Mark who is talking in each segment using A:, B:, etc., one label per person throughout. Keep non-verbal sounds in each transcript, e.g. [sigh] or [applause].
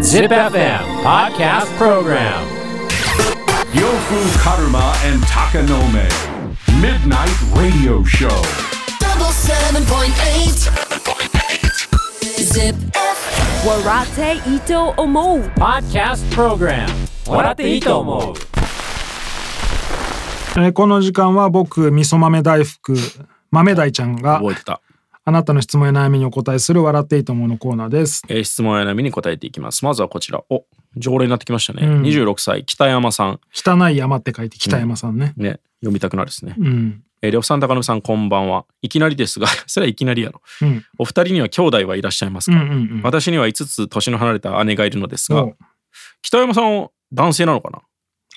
A: Zip FM Podcast Program
B: Yofu Karuma and Takanome. Midnight Radio Show.
C: double seven point eight. Zip.
D: Warate Ito Omo.
A: Podcast Program 笑っていいと思う
E: えーこの時間は僕味噌豆大福豆大ちゃんが
F: 覚えてた。
E: あなたの質問や悩みにお答えする「笑っていいと思う」のコーナーです
F: えー質問や悩みに答えていきます。まずはこちら。お常連になってきましたね。
E: うん
F: 26歳、北山さん。
E: 汚い山って書いて北山さんね
F: ね、読みたくなるですね。
E: うん
F: えー、りょうさん、高野さん、こんばんは。いきなりですが、 [laughs] それはいきなりやろ。
E: うん
F: お二人には兄弟はいらっしゃいます
E: うんう
F: か、
E: んうん
F: 私には5つ年の離れた姉がいるのですが
E: お、
F: 北山さんは男性なのかな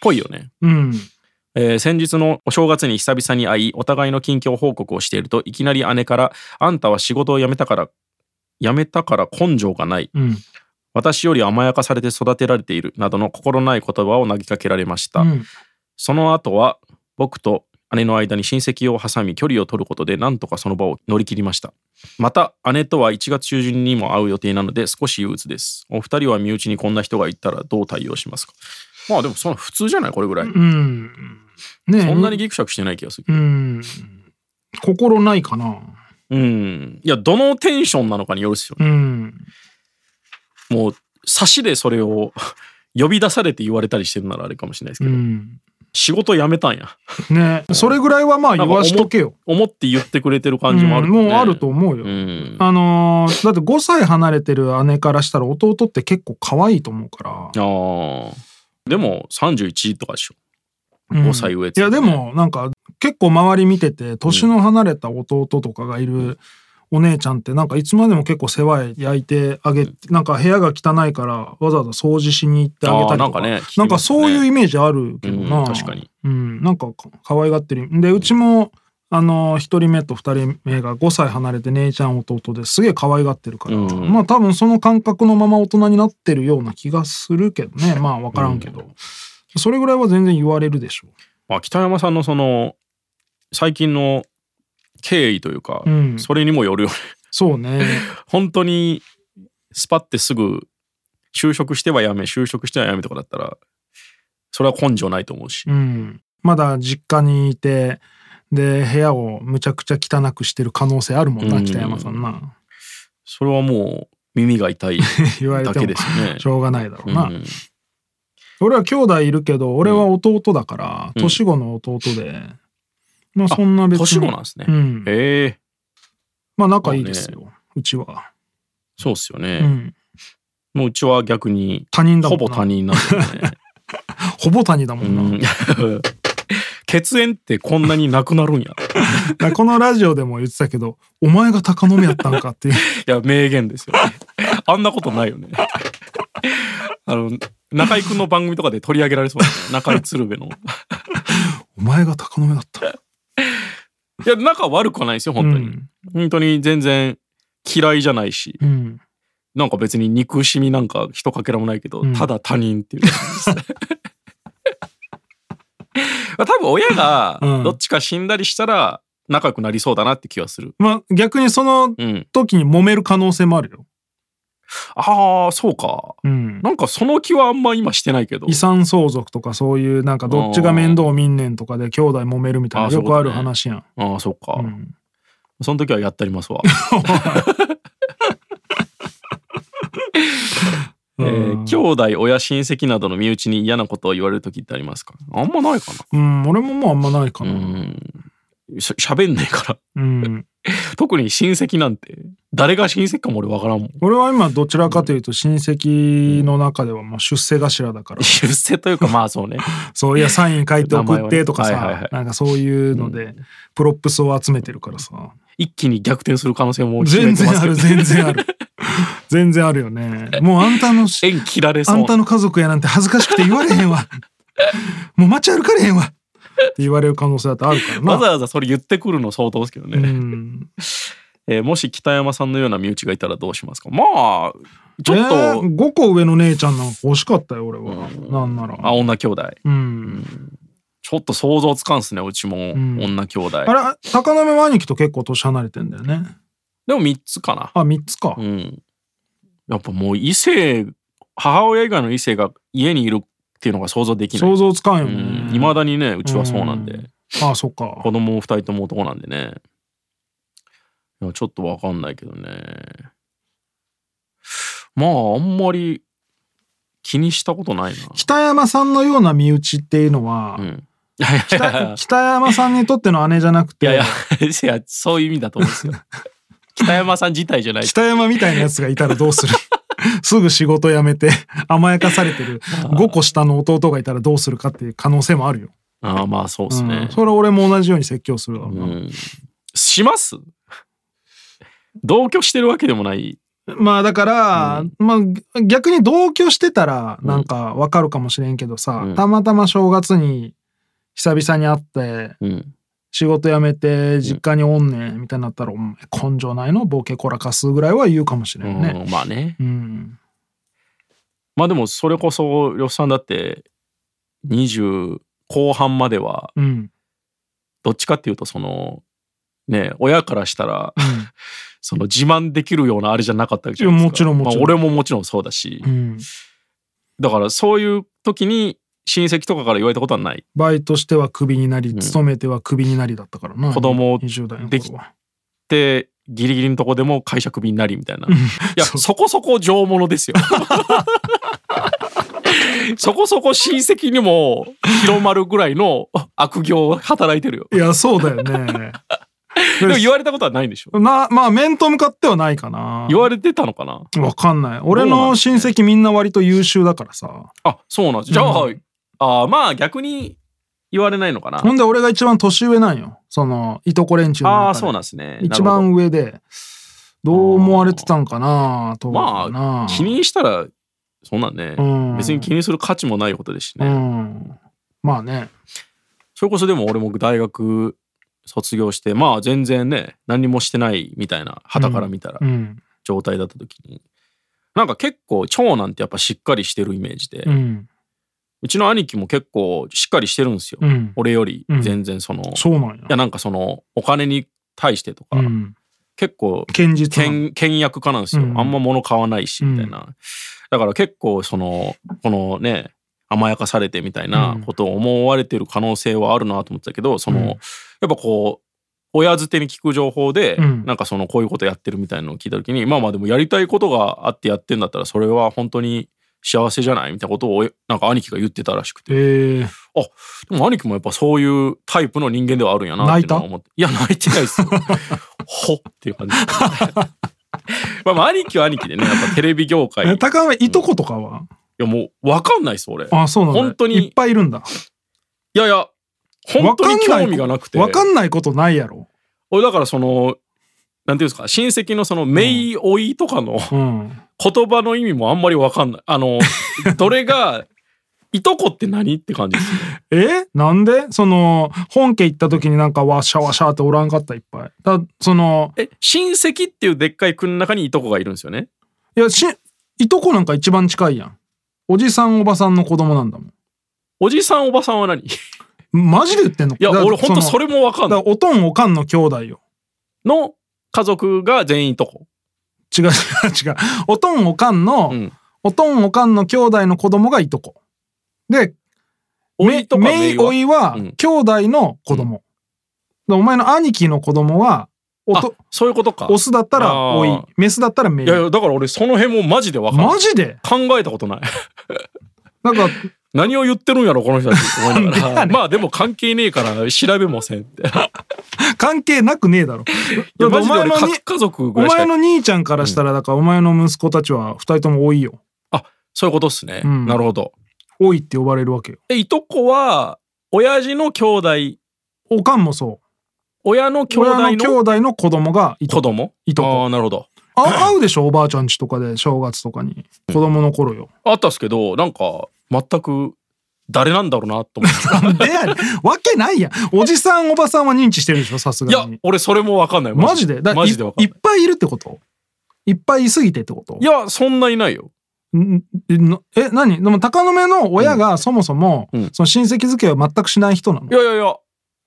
F: ぽいよね。
E: うん
F: えー先日のお正月に久々に会いお互いの近況報告をしているといきなり姉から「あんたは仕事を辞めたから辞めたから根性がない
E: うん
F: 私より甘やかされて育てられている」などの心ない言葉を投げかけられました、
E: うん
F: その後は僕と姉の間に親戚を挟み距離を取ることでなんとかその場を乗り切りましたまた姉とは1月中旬にも会う予定なので少し憂鬱ですお二人は身内にこんな人がいたらどう対応しますかまあでもその普通じゃないこれぐらい
E: うんねえ
F: そんなにギクシャクしてない気がする
E: うん心ないかな
F: うん。いや、どのテンションなのかによるっすよね。
E: うん
F: もう、差しでそれを [laughs] 呼び出されて言われたりしてるならあれかもしれないです
E: う
F: けど、
E: ん
F: 仕事辞めたんや。
E: ねえそれぐらいはまあ言わしとけよ
F: 思って言ってくれてる感じもある、
E: うんもうあると。思うよ
F: うん。あ
E: あのーだって5歳離れてる姉からしたら弟って結構可愛いと思うから
F: あ。でも、31とかでしょ。
E: うん
F: 5歳上っ
E: い
F: て
E: やでもなんか結構周り見てて年の離れた弟とかがいるお姉ちゃんってなんかいつまでも結構世話焼いてあげてなんか部屋が汚いからわざわざ掃除しに行ってあげたりとか
F: あーなんかね聞きますね
E: なんかそういうイメージあるけどな、
F: うん確かに、
E: うん、なんかか可愛がってるでうちもあの1人目と2人目が5歳離れて姉ちゃん弟ですげえ可愛がってるから、
F: うん
E: まあ多分その感覚のまま大人になってるような気がするけどねまあ分からんけど、それぐらいは全然言われるでしょ
F: まあ、北山さんのその、最近の経緯というか、
E: うん
F: それにもよるよね。 [laughs]
E: そうね。
F: 本当に、スパってすぐ、就職しては辞め、就職しては辞めとかだったら、それは根性ないと思うし。
E: うん。まだ実家にいて、で、部屋をむちゃくちゃ汚くしてる可能性あるもん
F: う
E: な、
F: ん
E: 北山さんな。 [laughs]
F: それはもう耳が痛い
E: 言われ
F: だ
E: て
F: け
E: も
F: で。すね
E: し。ょうがないだろうな、
F: うん
E: 俺は兄弟いるけど俺は弟だから、
F: うん
E: 年子の弟で、まあそんな別に
F: 年子なんですね。
E: うん
F: へえ
E: まあ仲いいですよ、うちは、
F: そうっすよ
E: う
F: ね。
E: ん、
F: もううちは逆に
E: 他人だもん
F: ほ
E: な
F: ぼ他人なんだよね。
E: ほぼ他人だも
F: うん
E: な、
F: ん [laughs] 血縁ってこんなになくなるんや。
E: だからこのラジオでも言ってたけどお前が高野やったんか
F: [laughs]
E: っていう
F: いや名言ですよ、ね。あんなことないよね。あの中居君の番組とかで取り上げられそうだね。中居鶴瓶の。
E: お前が高野だったんか
F: いや仲悪くはないですよ本当に。
E: うん
F: 本当に全然嫌いじゃないし。
E: うん、
F: なんか別に憎しみなんかひとかけらもないけど、
E: うん
F: ただ他人っていう感じ
E: [laughs]
F: です多分親が
E: うん
F: どっちか死んだりしたら仲良くなりそうだなって気はする。
E: まあ逆にその
F: うん。
E: 時に揉める可能性もあるよ。
F: ああ、そうか。
E: うん、
F: なんかその気はあんま今してないけど
E: 遺。産相続とかそういうなんかどっちが面倒見んねんとかで兄弟揉めるみたい
F: あ
E: な
F: ーそ
E: よ
F: ういうこ
E: くあ
F: とね
E: る話やん。
F: ああ、そうか。
E: うん
F: その時はやったりま
E: [laughs]
F: すわ。えー、兄弟、親、親戚などの身内に嫌なことを言われる時ってありますかあんまないか
E: うん、俺ももうあんまないか
F: な。う
E: な。
F: ん。しゃ喋んねえから。
E: うん、
F: 特に親戚なんて、誰が親戚かも俺わからんもん。
E: 俺は今どちらかというと親戚の中ではもう出世頭 [laughs] だから、
F: 出世というかまあそうね
E: そういやサイン書いて
F: 名前
E: 送
F: は
E: っ
F: ね
E: てとかさ、
F: はいはいはい
E: なんかそういうのでプロップスを集めてるからさ、
F: 一気に逆転する可能性も秘め
E: 全
F: てま
E: 然あ
F: すけど
E: る全然ある全然あるよね。もうあんた
F: [laughs]
E: のし
F: 縁切られそ
E: あ
F: うん
E: たの家族やなんて恥ずかしくて言われへん
F: [laughs]
E: わ。もう街歩かれへんわ。って言われる可能性だってあるからな。
F: わざわざそれ言ってくるの相当ですけどね、
E: うん、
F: えーもし北山さんのような身内がいたらどうしますかまあちょっと、
E: えー5個上の姉ちゃんなんか欲しかったよ俺は、なんなら
F: あ女兄弟
E: うん
F: ちょっと想像つかんっすねうちも、
E: ん
F: 女兄弟
E: あれ高鍋兄貴と結構年離れてんだよね
F: でも3つかな
E: あ三3つか、
F: うんやっぱもう異性母親以外の異性が家にいるっていうのが想像できない
E: 想像つかんよね。
F: いまだにねうちはそうなんで、
E: うんああ、そっか。
F: 子供2人とも男なんでねいやちょっとわかんないけどねまああんまり気にしたことないな
E: 北山さんのような身内っていうのは、
F: [laughs] うんいやいやいや
E: 北北山さんにとっての姉じゃなく
F: [laughs] い
E: て、
F: やいやいやそういう意味だと思うんですよ [laughs] 北山さん自体じゃない
E: 北山みたいなやつがいたらどう
F: [laughs]
E: するすぐ仕事辞めて甘やかされてる5個下の弟がいたらどうするかっていう可能性もあるよ。
F: ああまあそうです
E: う
F: ね
E: ん、それは俺も同じように説教するだろう
F: う
E: な。
F: ん、します同居してるわけでもない
E: まあだから、まあ逆に同居してたらなんかわかるかもしれんけどさ、
F: うん
E: たまたま正月に久々に会って
F: うん
E: 仕事辞めて実家におんねんみたいになったら、うん根性ないのボケこらかすぐらいは言うかもしれんね。
F: うんまあね
E: うん。
F: まあでもそれこそ呂布さんだって20後半までは
E: うん。うん。
F: どっちかっていうとそのね親からしたら [laughs] その自慢できるようなあれじゃなかったわけじゃないですか
E: いやもちろんもちろん
F: まあ、俺ももちろんそうだし、
E: うん
F: だからそういう時に親戚とかから言われたことはない
E: バイトしてはクビになり、
F: ん
E: 勤めてはクビになりだったからな。
F: 子供
E: 20代の
F: でき
E: 頃は。
F: ってギリギリのとこでも会社クビになりみたいな。いや、
E: そう
F: そこそこ上物で
E: [laughs]
F: すよ。そこそこ親戚にも広まるぐらいの悪行を働いてるよ。
E: いや、そうだよね。
F: [laughs] でも言われたことはないんでしょ
E: な、まあ面と向かってはないかな。
F: 言われてたのかな
E: わかんない。俺の親戚みんな割と優秀だからさ。
F: あ、そうなんです。じゃあ、あーまあ逆に言われないのかな。
E: ほんで俺が一番年上なんよ。その、いとこ連中の中で。
F: ああ、そうなんですね。
E: 一
F: なる
E: 番上で。どう思われてたんかなと思うな。
F: ほど気にしたら、そんなんね、
E: うん
F: 別に気にする価値もないことですし
E: う
F: ね。
E: ん。まあね。
F: それこそでも俺も大学卒業してまあ全然ね何もしてないみたいな傍から見たら
E: うん。
F: 状態だった時に、なんか結構長男ってやっぱしっかりしてるイメージで、う
E: うん。
F: ちの兄貴も結構しっかりしてるんですよ、
E: うん。
F: 俺より
E: うん
F: 全然その、い
E: そうなんや。
F: やなんかそのお金に対してとか、
E: うん。
F: 結構
E: 堅実な。
F: 倹倹約家なんですよ、
E: うん
F: あんま物買わないし
E: うん
F: みたいな、だから結構そのこのね甘やかされてみたいなことを思われてる可能性はあるなと思ってたけどその、
E: うん
F: やっぱこう親づてに聞く情報で、
E: うん
F: なんかそのこういうことやってるみたいなのを聞いた時にまあまあでもやりたいことがあってやってんだったらそれは本当に幸せじゃないみたいなことをなんか兄貴が言ってたらしくて
E: ええ
F: あでも兄貴もやっぱそういうタイプの人間ではあるんやなっていうのは思っていや泣いてないですよ [laughs] ほっっていう感じ [laughs] まあまあ兄貴は兄貴でねやっぱテレビ業界い
E: え高めいとことかは、
F: やもう分かんないです俺い
E: あそうなんだ
F: 本当に
E: いっぱいいるんだ
F: やいや本当に興味がなくて
E: わかんないことないやろ
F: 俺だからそのなんていうんですか親戚のその姪老いとかの
E: うん
F: 言葉の意味もあんまり分かんない
E: [laughs]
F: あのどれがいとこって何って感じです
E: え
F: ね
E: なんでその本家行った時になんかわしゃわしゃっておらんかったいっぱいだその
F: え親戚っていうでっかい国の中にいとこがいるんですよね
E: いやしいとこなんか一番近いやんおじさんおばさんの子供なんだも
F: おじさんおばさんは何
E: んマジで言ってんの
F: いや、俺ほんとそ
E: れ
F: れもわかん
E: だか
F: な
E: ら
F: い。
E: おとんおかんの兄弟よ
F: の家族が全員いとこ。
E: 違う違う違うおとんおかんの、
F: うん。
E: おとんおかんの兄弟の子供がいとこで
F: おいとかめ
E: め
F: い
E: い
F: は
E: おいは
F: うん
E: 兄弟の子供、でお前の兄貴の子供はおと
F: あそういうことか。
E: オスだったら
F: あー
E: おいメスだったらめい
F: いやいや、だから俺その辺もマジでわかんない。
E: マジで
F: 考えたことない。 [laughs]
E: なんか
F: 何を言ってるんやろ、この人たちって思いなが
E: [laughs] なんで
F: ら。
E: やねん
F: まあでも関係ねえから調べもせんって。い
E: 関係なくねえだろ
F: や、
E: だっ
F: マ
E: てお前
F: ジで俺
E: の
F: か
E: に
F: 家族ぐ
E: お
F: らいしか
E: 前の兄ちゃんからしたらだからお前の息子たちは二人とも多いよ
F: そういうことっすね。
E: うん
F: なるほど。
E: 多いって呼ばれるわけよ
F: で、いとこは、親父の兄弟、
E: おかんもそう
F: 親の兄
E: 親
F: 弟
E: の兄
F: の
E: 弟の子供がい
F: 子
E: とこ
F: 供
E: いとこ
F: ああ、なるほど。
E: あ会うでしょおばあちゃんちとかで正月とかに子供の
F: [laughs]
E: 頃よ
F: あったっすけど、なんか、全く、誰なんだろうなと思って。
E: [laughs] なんでやねんわけないやんおじさんおばさんは認知してるでしょさす
F: いや
E: がに、
F: 俺それもわかんない。
E: マジでだ
F: マジでわかん
E: い
F: ない
E: いっ。ぱいいるってこといっぱいいすぎてってこと
F: いや、そんないないよ。
E: んんえ何でも鷹の目の親がそもそも、
F: うん
E: その親戚付けは全くしない人なの
F: いやいやいや、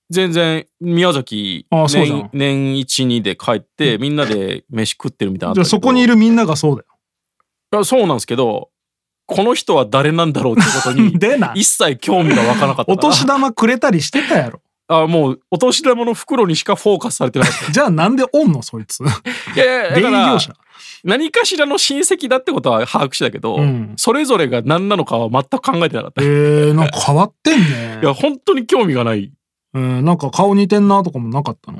F: 全然、宮崎、
E: あそうじゃ
F: 年
E: ん
F: 年一、二で帰って、みんなで飯食ってるみたいなの
E: じゃ
F: あ
E: あ
F: ったけど
E: そこにいるみんながそうだよ
F: いやそうなんですけどこの人は誰なんだろうってこと
E: [laughs]
F: に
E: でな
F: 一切興味が湧かなかった
E: お
F: な
E: 年玉くれたりしてたやろ。
F: あもうお年玉の袋にしかフォーカスされてなかっ
E: じゃあなんでおんのそ [laughs] いつ。
F: [laughs] たいやいや
E: 出
F: だか
E: 入
F: ら
E: 業者。
F: 何かしらの親戚だってことは把握してたけど、
E: うん
F: それぞれが何なのかは全く考えてなかった
E: えー、なんか変わってんね
F: い。や本当に興味がないい
E: うん、なんか顔似てんなとかもなかったの。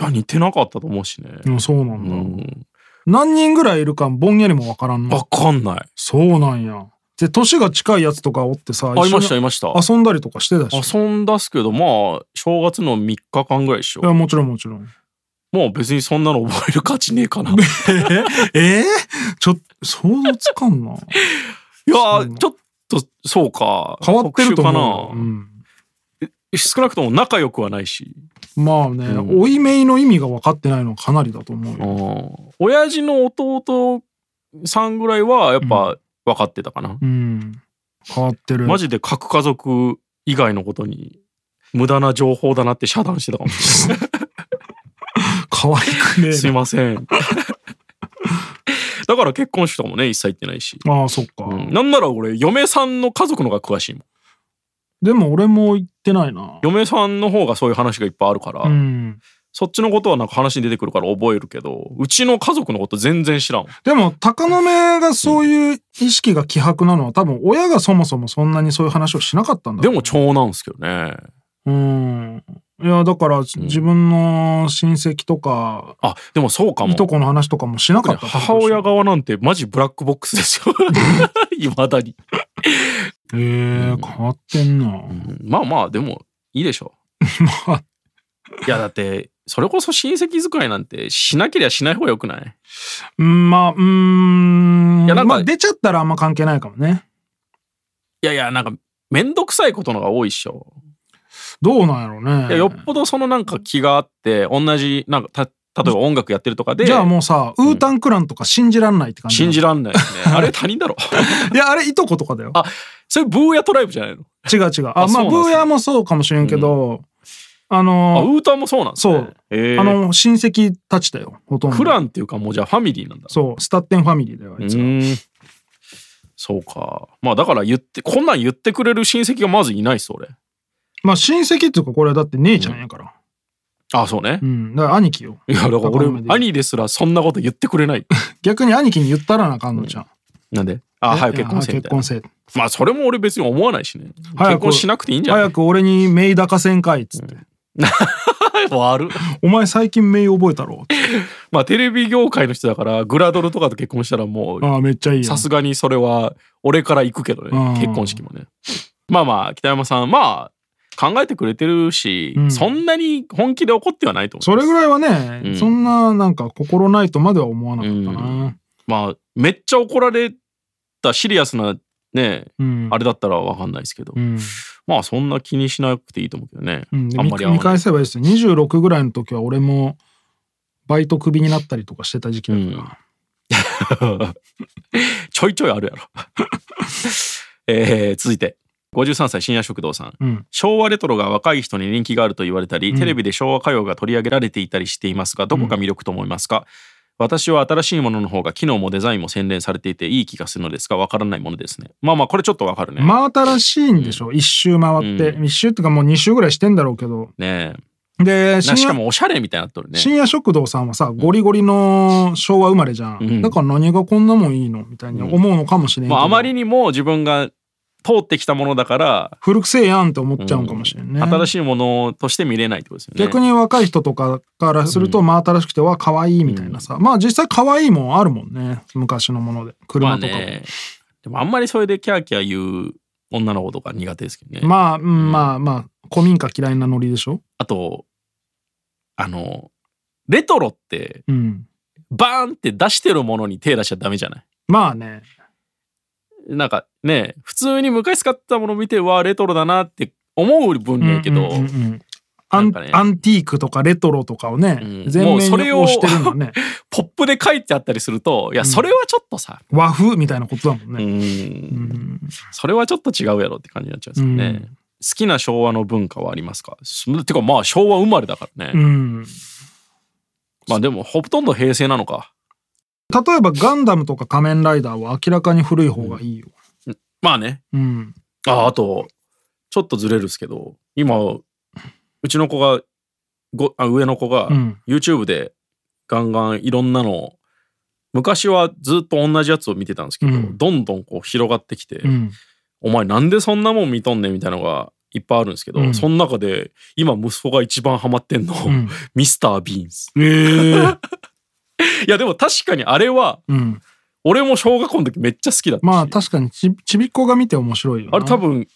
F: や似てなかったと思うしね、
E: うん、そうな
F: うん
E: だ。
F: ん、
E: 何人ぐらいいるかぼんやりもわからんの
F: 分。かんない
E: そうなんや。で、年が近いやつとかおってさ、
F: あいました
E: 一緒
F: い
E: に
F: ました
E: 遊んだりとかしてたし。
F: 遊んだっすけどまあ正月の3日間ぐらいでし
E: いや、
F: ょ
E: もちろんもちろん。
F: もう別にそんなの覚える価値ねえか
E: [laughs]
F: ない
E: えー、ちょっと、想像つかんな。
F: やーちょっとそうか
E: 変わってると思う。う
F: 特殊かな、
E: ん、
F: 少なくとも仲良くはないし、
E: まあね、
F: うん
E: おいめいの意味が分かってないのはかなりだと思うよ。
F: 親父の弟さんぐらいはやっぱ分かってたかな、
E: うん。変わってる。
F: マジで核家族以外のことに無駄な情報だなって遮断してたかもしれない
E: 可愛くねえな
F: すいませんだから結婚式とかもね一切行ってないし、
E: ああ、そっか。
F: うんなんなら俺嫁さんの家族の方が詳しいもん
E: でも俺も行ってないな。
F: 嫁さんの方がそういう話がいっぱいあるから、
E: うん。
F: そっちのことはなんか話に出てくるから覚えるけどうちの家族のこと全然知らん
E: でも、鷹の目がそういう意識が希薄なのは、多分親がそもそもそんなにそういう話をしなかったんだ
F: で
E: ろう
F: も長男っすけどね
E: うん。いや、だから、自分の親戚とか、
F: あでもそうかも
E: いとこの話とかもしなかった。
F: 母親。側なんてマジブラックボックスです
E: [laughs]
F: よいまだに、
E: ええ変わってんな。
F: まあまあでもいいでしょ
E: まあ、 [laughs]
F: いやだってそれこそ親戚使いなんてしなけりゃしない方がよくない
E: うんまあ、うーん。
F: いやなん
E: ま
F: か
E: あ、出ちゃったらあんま関係ないかもね。
F: いやいやなんかめんどくさいことのが多いっしょ、
E: どうなんやろうね。
F: いやよっぽどそのなんか気があって同じなんかた例えば音楽やってるとかで
E: じゃあもうさ、ウータンクランとか信じらんないって感じ。
F: 信じらんないよね [laughs] あれ他人だろ
E: いや、あれ、いとことかだよ。
F: それブーヤトライブじゃないの
E: 違う違う。あ、
F: あ
E: ま
F: そ
E: あ、
F: うなん
E: ブ
F: すね
E: ーヤもそうかもしれんけど、あ
F: あ
E: の
F: ウータンもそうなんですね
E: そう
F: へえ
E: あの、親戚たちだよ、ほとんど。
F: フランっていうかもうじゃあファミリーなんだ
E: そう、スタッテンファミリーだよ、あいつ
F: う
E: ら。
F: ーんそうかまあだから言ってこんなん言ってくれる親戚がまずいないっす俺
E: まあ、親戚っていうか、これはだって姉ちゃんやから。
F: あそうね
E: う、ん、だから兄貴よ。
F: いやだから俺
E: 高めで
F: 兄ですらそんなこと言ってくれない
E: 逆に兄貴に言ったらなあかんのじゃん。
F: なんであ早く結婚せ
E: い
F: ん
E: や
F: み
E: 結
F: たいな
E: 婚せえ
F: まあそれも俺別に思わないしね
E: 早
F: 結
E: く
F: 婚しなくていいんじゃな
E: 早
F: い
E: く俺にメイ抱かせんかいっつって。
F: 悪
E: お前最近メイ覚えたろって
F: [laughs] まあテレビ業界の人だからグラドルとかと結婚したらも
E: あ
F: う
E: あ、めっちゃいいよ
F: さ。すがにそれは俺から行くけど
E: うん
F: ね結婚式もねまあまあ北山さんまあ考えてくれてるし、
E: うん
F: そんなに本気で怒ってはないと思う
E: それぐらいはね、
F: うん
E: そんななんか心ないとまでは思わなかったな。
F: まあめっちゃ怒られたシリアスなね
E: うん。
F: あれだったらわかんないですけど、
E: うん。
F: まあそんな気にしなくていいと思うけどね、
E: うん、で
F: あん
E: 見
F: まり合わ
E: 見
F: ない
E: 返せばいいですよ26ぐらいの時は俺もバイトクビになったりとかしてた時期だから、
F: うん [laughs] ちょいちょいあるやろ [laughs] えー続いて53歳深夜食堂さん
E: うん
F: 昭和レトロが若い人に人気があると言われたり、
E: うん
F: テレビで昭和歌謡が取り上げられていたりしていますがどこが魅力と思いますか、私は新しいものの方が機能もデザインも洗練されていていい気がするのですがわからないものですねまあまあこれちょっとわかるね、
E: 真新しいんでしょ、一周回って、
F: う
E: 一周っていうかもう2周ぐらいしてんだろうけど
F: ね
E: で
F: えなし
E: 深
F: か
E: 夜,、
F: もおしゃれみたいになっとるね
E: 深夜食堂さんはさゴリゴリの昭和生まれじゃん、
F: うん
E: だから何がこんなもんいいのみたいに思うのかもしれんけど、
F: まあ、あまりにも自分が通ってきたものだから、
E: 古くせえやんって思っちゃうんかもしれんね、
F: 新しいものとして見れないってことですよね。
E: 逆に若い人とかからすると真新しくては可愛いみたいなさ、まあ実際可愛いもんあるもんね昔のもので
F: まあ
E: 車とかも、
F: ね、でもあんまりそれでキャーキャー言う女の子とか苦手ですけどね。
E: まあ、うん、まあまあ、古民家嫌いなノリでしょ
F: あと、あの、レトロって
E: うん。
F: バーンって出してるものに手出しちゃダメじゃない
E: まあね。
F: なんかね、普通に昔使ってたもの見て、うわ、レトロだなって思う分にはいいけ
E: う
F: ど、
E: んうんうんうんア
F: なん
E: ン
F: かね
E: アンティークとかレトロとかをね、
F: うん
E: 全
F: も
E: 面
F: う
E: に
F: それを
E: 押してるのね
F: ポップで書いてあったりすると、いや、それはちょっとさ、
E: [laughs] 和風みたいなことだもん
F: う
E: ね、
F: ん
E: うん
F: それはちょっと違うやろって感じになっちゃうんですよね。
E: うん
F: 好きな昭和の文化はありますかすてかまあ昭和生まれだからね。
E: うん
F: まあでもほとんど平成なのか。
E: 例えばガンダムとか仮面ライダーは明らかに古い方がいいよ。
F: まあね。
E: うん。
F: あ、あと、ちょっとずれるっすけど、今、うちの子が、ごあ上の子が
E: うん、
F: YouTube でガンガンいろんなのを、昔はずっと同じやつを見てたんですけど、
E: うん
F: どんどんこう広がってきて、
E: うん。
F: お前なんでそんなもん見とんねんみたいなのがいっぱいあるんですけど、
E: うん
F: その中で今息子が一番ハマってんの、
E: うん。
F: ミスター・ビーンズ。
E: ええ。
F: [laughs] いやでも確かにあれは
E: うん。
F: 俺も小学校の時めっちゃ好きだったし、
E: まあ確かにちちびっこが見て面白いよな。
F: あれ多分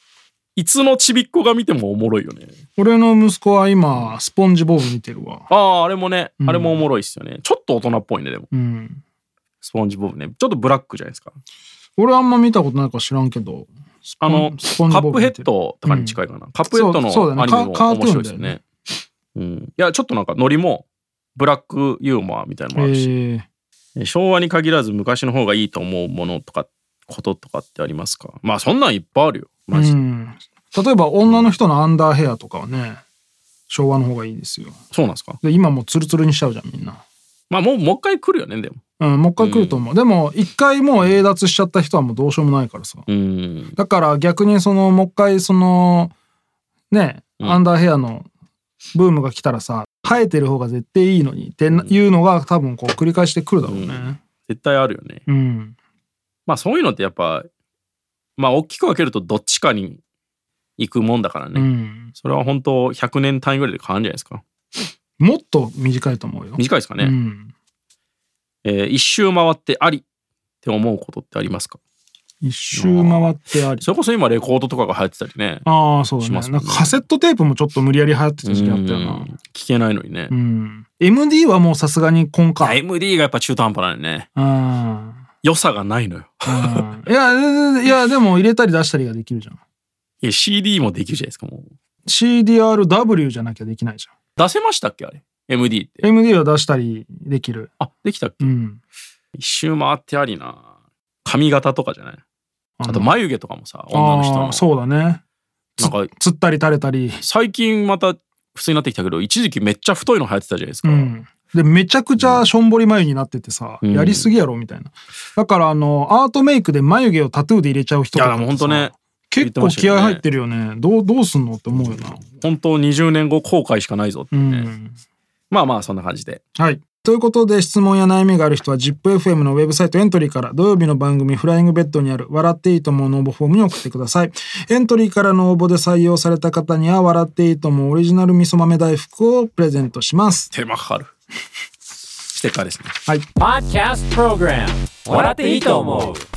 F: いつのちびっこが見てもおもろいよね。
E: 俺の息子は今スポンジボブ見てるわ。
F: あああれもね、
E: うん
F: あれもおもろいっすよね。ちょっと大人っぽいねでも
E: うん。
F: スポンジボブねちょっとブラックじゃないですか。
E: 俺あんま見たことないから知らんけど。スポン
F: あの
E: スポン
F: カ
E: ジボ
F: ッ
E: ブ
F: プ
E: 見
F: ヘ
E: てる
F: ッドとかに近いかな。カップヘッドの
E: そうそうだね
F: アニメも
E: カカートゥーン
F: 面白いですよ
E: だよ
F: ね。うん、いやちょっとなんかノリもブラックユーモアみたいなのもあるし、
E: ええ
F: 昭和に限らず昔の方がいいと思うものとかこととかってありますかまあそんなんいっぱいあるよマジで、
E: うん。例えば女の人のアンダーヘアとかはね、昭和の方がいいですよ。
F: そうなんですか
E: で今もうツルツルにしちゃうじゃんみんな。
F: まあもうもう一回来るよねでも
E: うん、もう一回来ると思う。でも一回もう英脱しちゃった人はもうどうしようもないからさ。
F: うん
E: だから逆にそのもう一回そのね、
F: うん
E: アンダーヘアのブームが来たらさ生えてる方が絶対いいのにっていうのが多分こう繰り返してくるだろうね。
F: 絶対あるよね
E: うん。
F: まあそういうのってやっぱまあ大きく分けるとどっちかに行くもんだから
E: う
F: ね、
E: ん。
F: それは本当100年単位ぐらいで変わるんじゃないですか
E: もっと短いと思うよ。
F: 短いですかね、
E: うん。
F: えー一周回ってありって思うことってありますか
E: 一周回ってあり。
F: それこそ今レコードとかが流行ってたりね
E: ああ、そうだ
F: し
E: ね。
F: ますも
E: なんん
F: ね
E: かカセットテープもちょっと無理やり流行ってた時期あったよ
F: うん
E: な。
F: 聞けないのにね、
E: うん。MD はもうさすがに今
F: いや
E: 回。
F: MD がやっぱ中途半端なのよね
E: うん。
F: 良さがないのよ
E: うんいや、いや、でも入れたり出したりができるじゃん。
F: いや CD もできるじゃないですかもう
E: CDRW じゃなきゃできないじゃん。
F: 出せましたっけあれ MD って
E: MD を出したりできる。
F: あできたっけ
E: うん。
F: 一周回ってありな髪型とかじゃない
E: あ
F: あと眉毛とかもさ女の人
E: あー
F: の
E: そうだね。
F: なんか
E: 釣ったり垂れたり。
F: 最近また普通になってきたけど一時期めっちゃ太いの流行ってたじゃないですか、
E: うん。で、めちゃくちゃしょんぼり眉になっててさ、
F: うん
E: やりすぎやろみたいな。だから、あの、アートメイクで眉毛をタトゥーで入れちゃう人
F: い
E: と
F: や
E: か
F: でも本当ね
E: 結構気合入ってるよね。どう、どうすんのって思うよな。
F: 本当20年後後悔しかないぞって
E: う
F: ね、
E: ん。
F: まあまあそんな感じで
E: はい。ということで、質問や悩みがある人は ZIPFM のウェブサイトエントリーから土曜日の番組フライングベッドにある笑っていいともの応募フォームに送ってください。エントリーからの応募で採用された方には笑っていいともオリジナル味噌豆大福をプレゼントします。
F: 手間かかるステッカーですね
A: Podcast Program 笑っていいと思う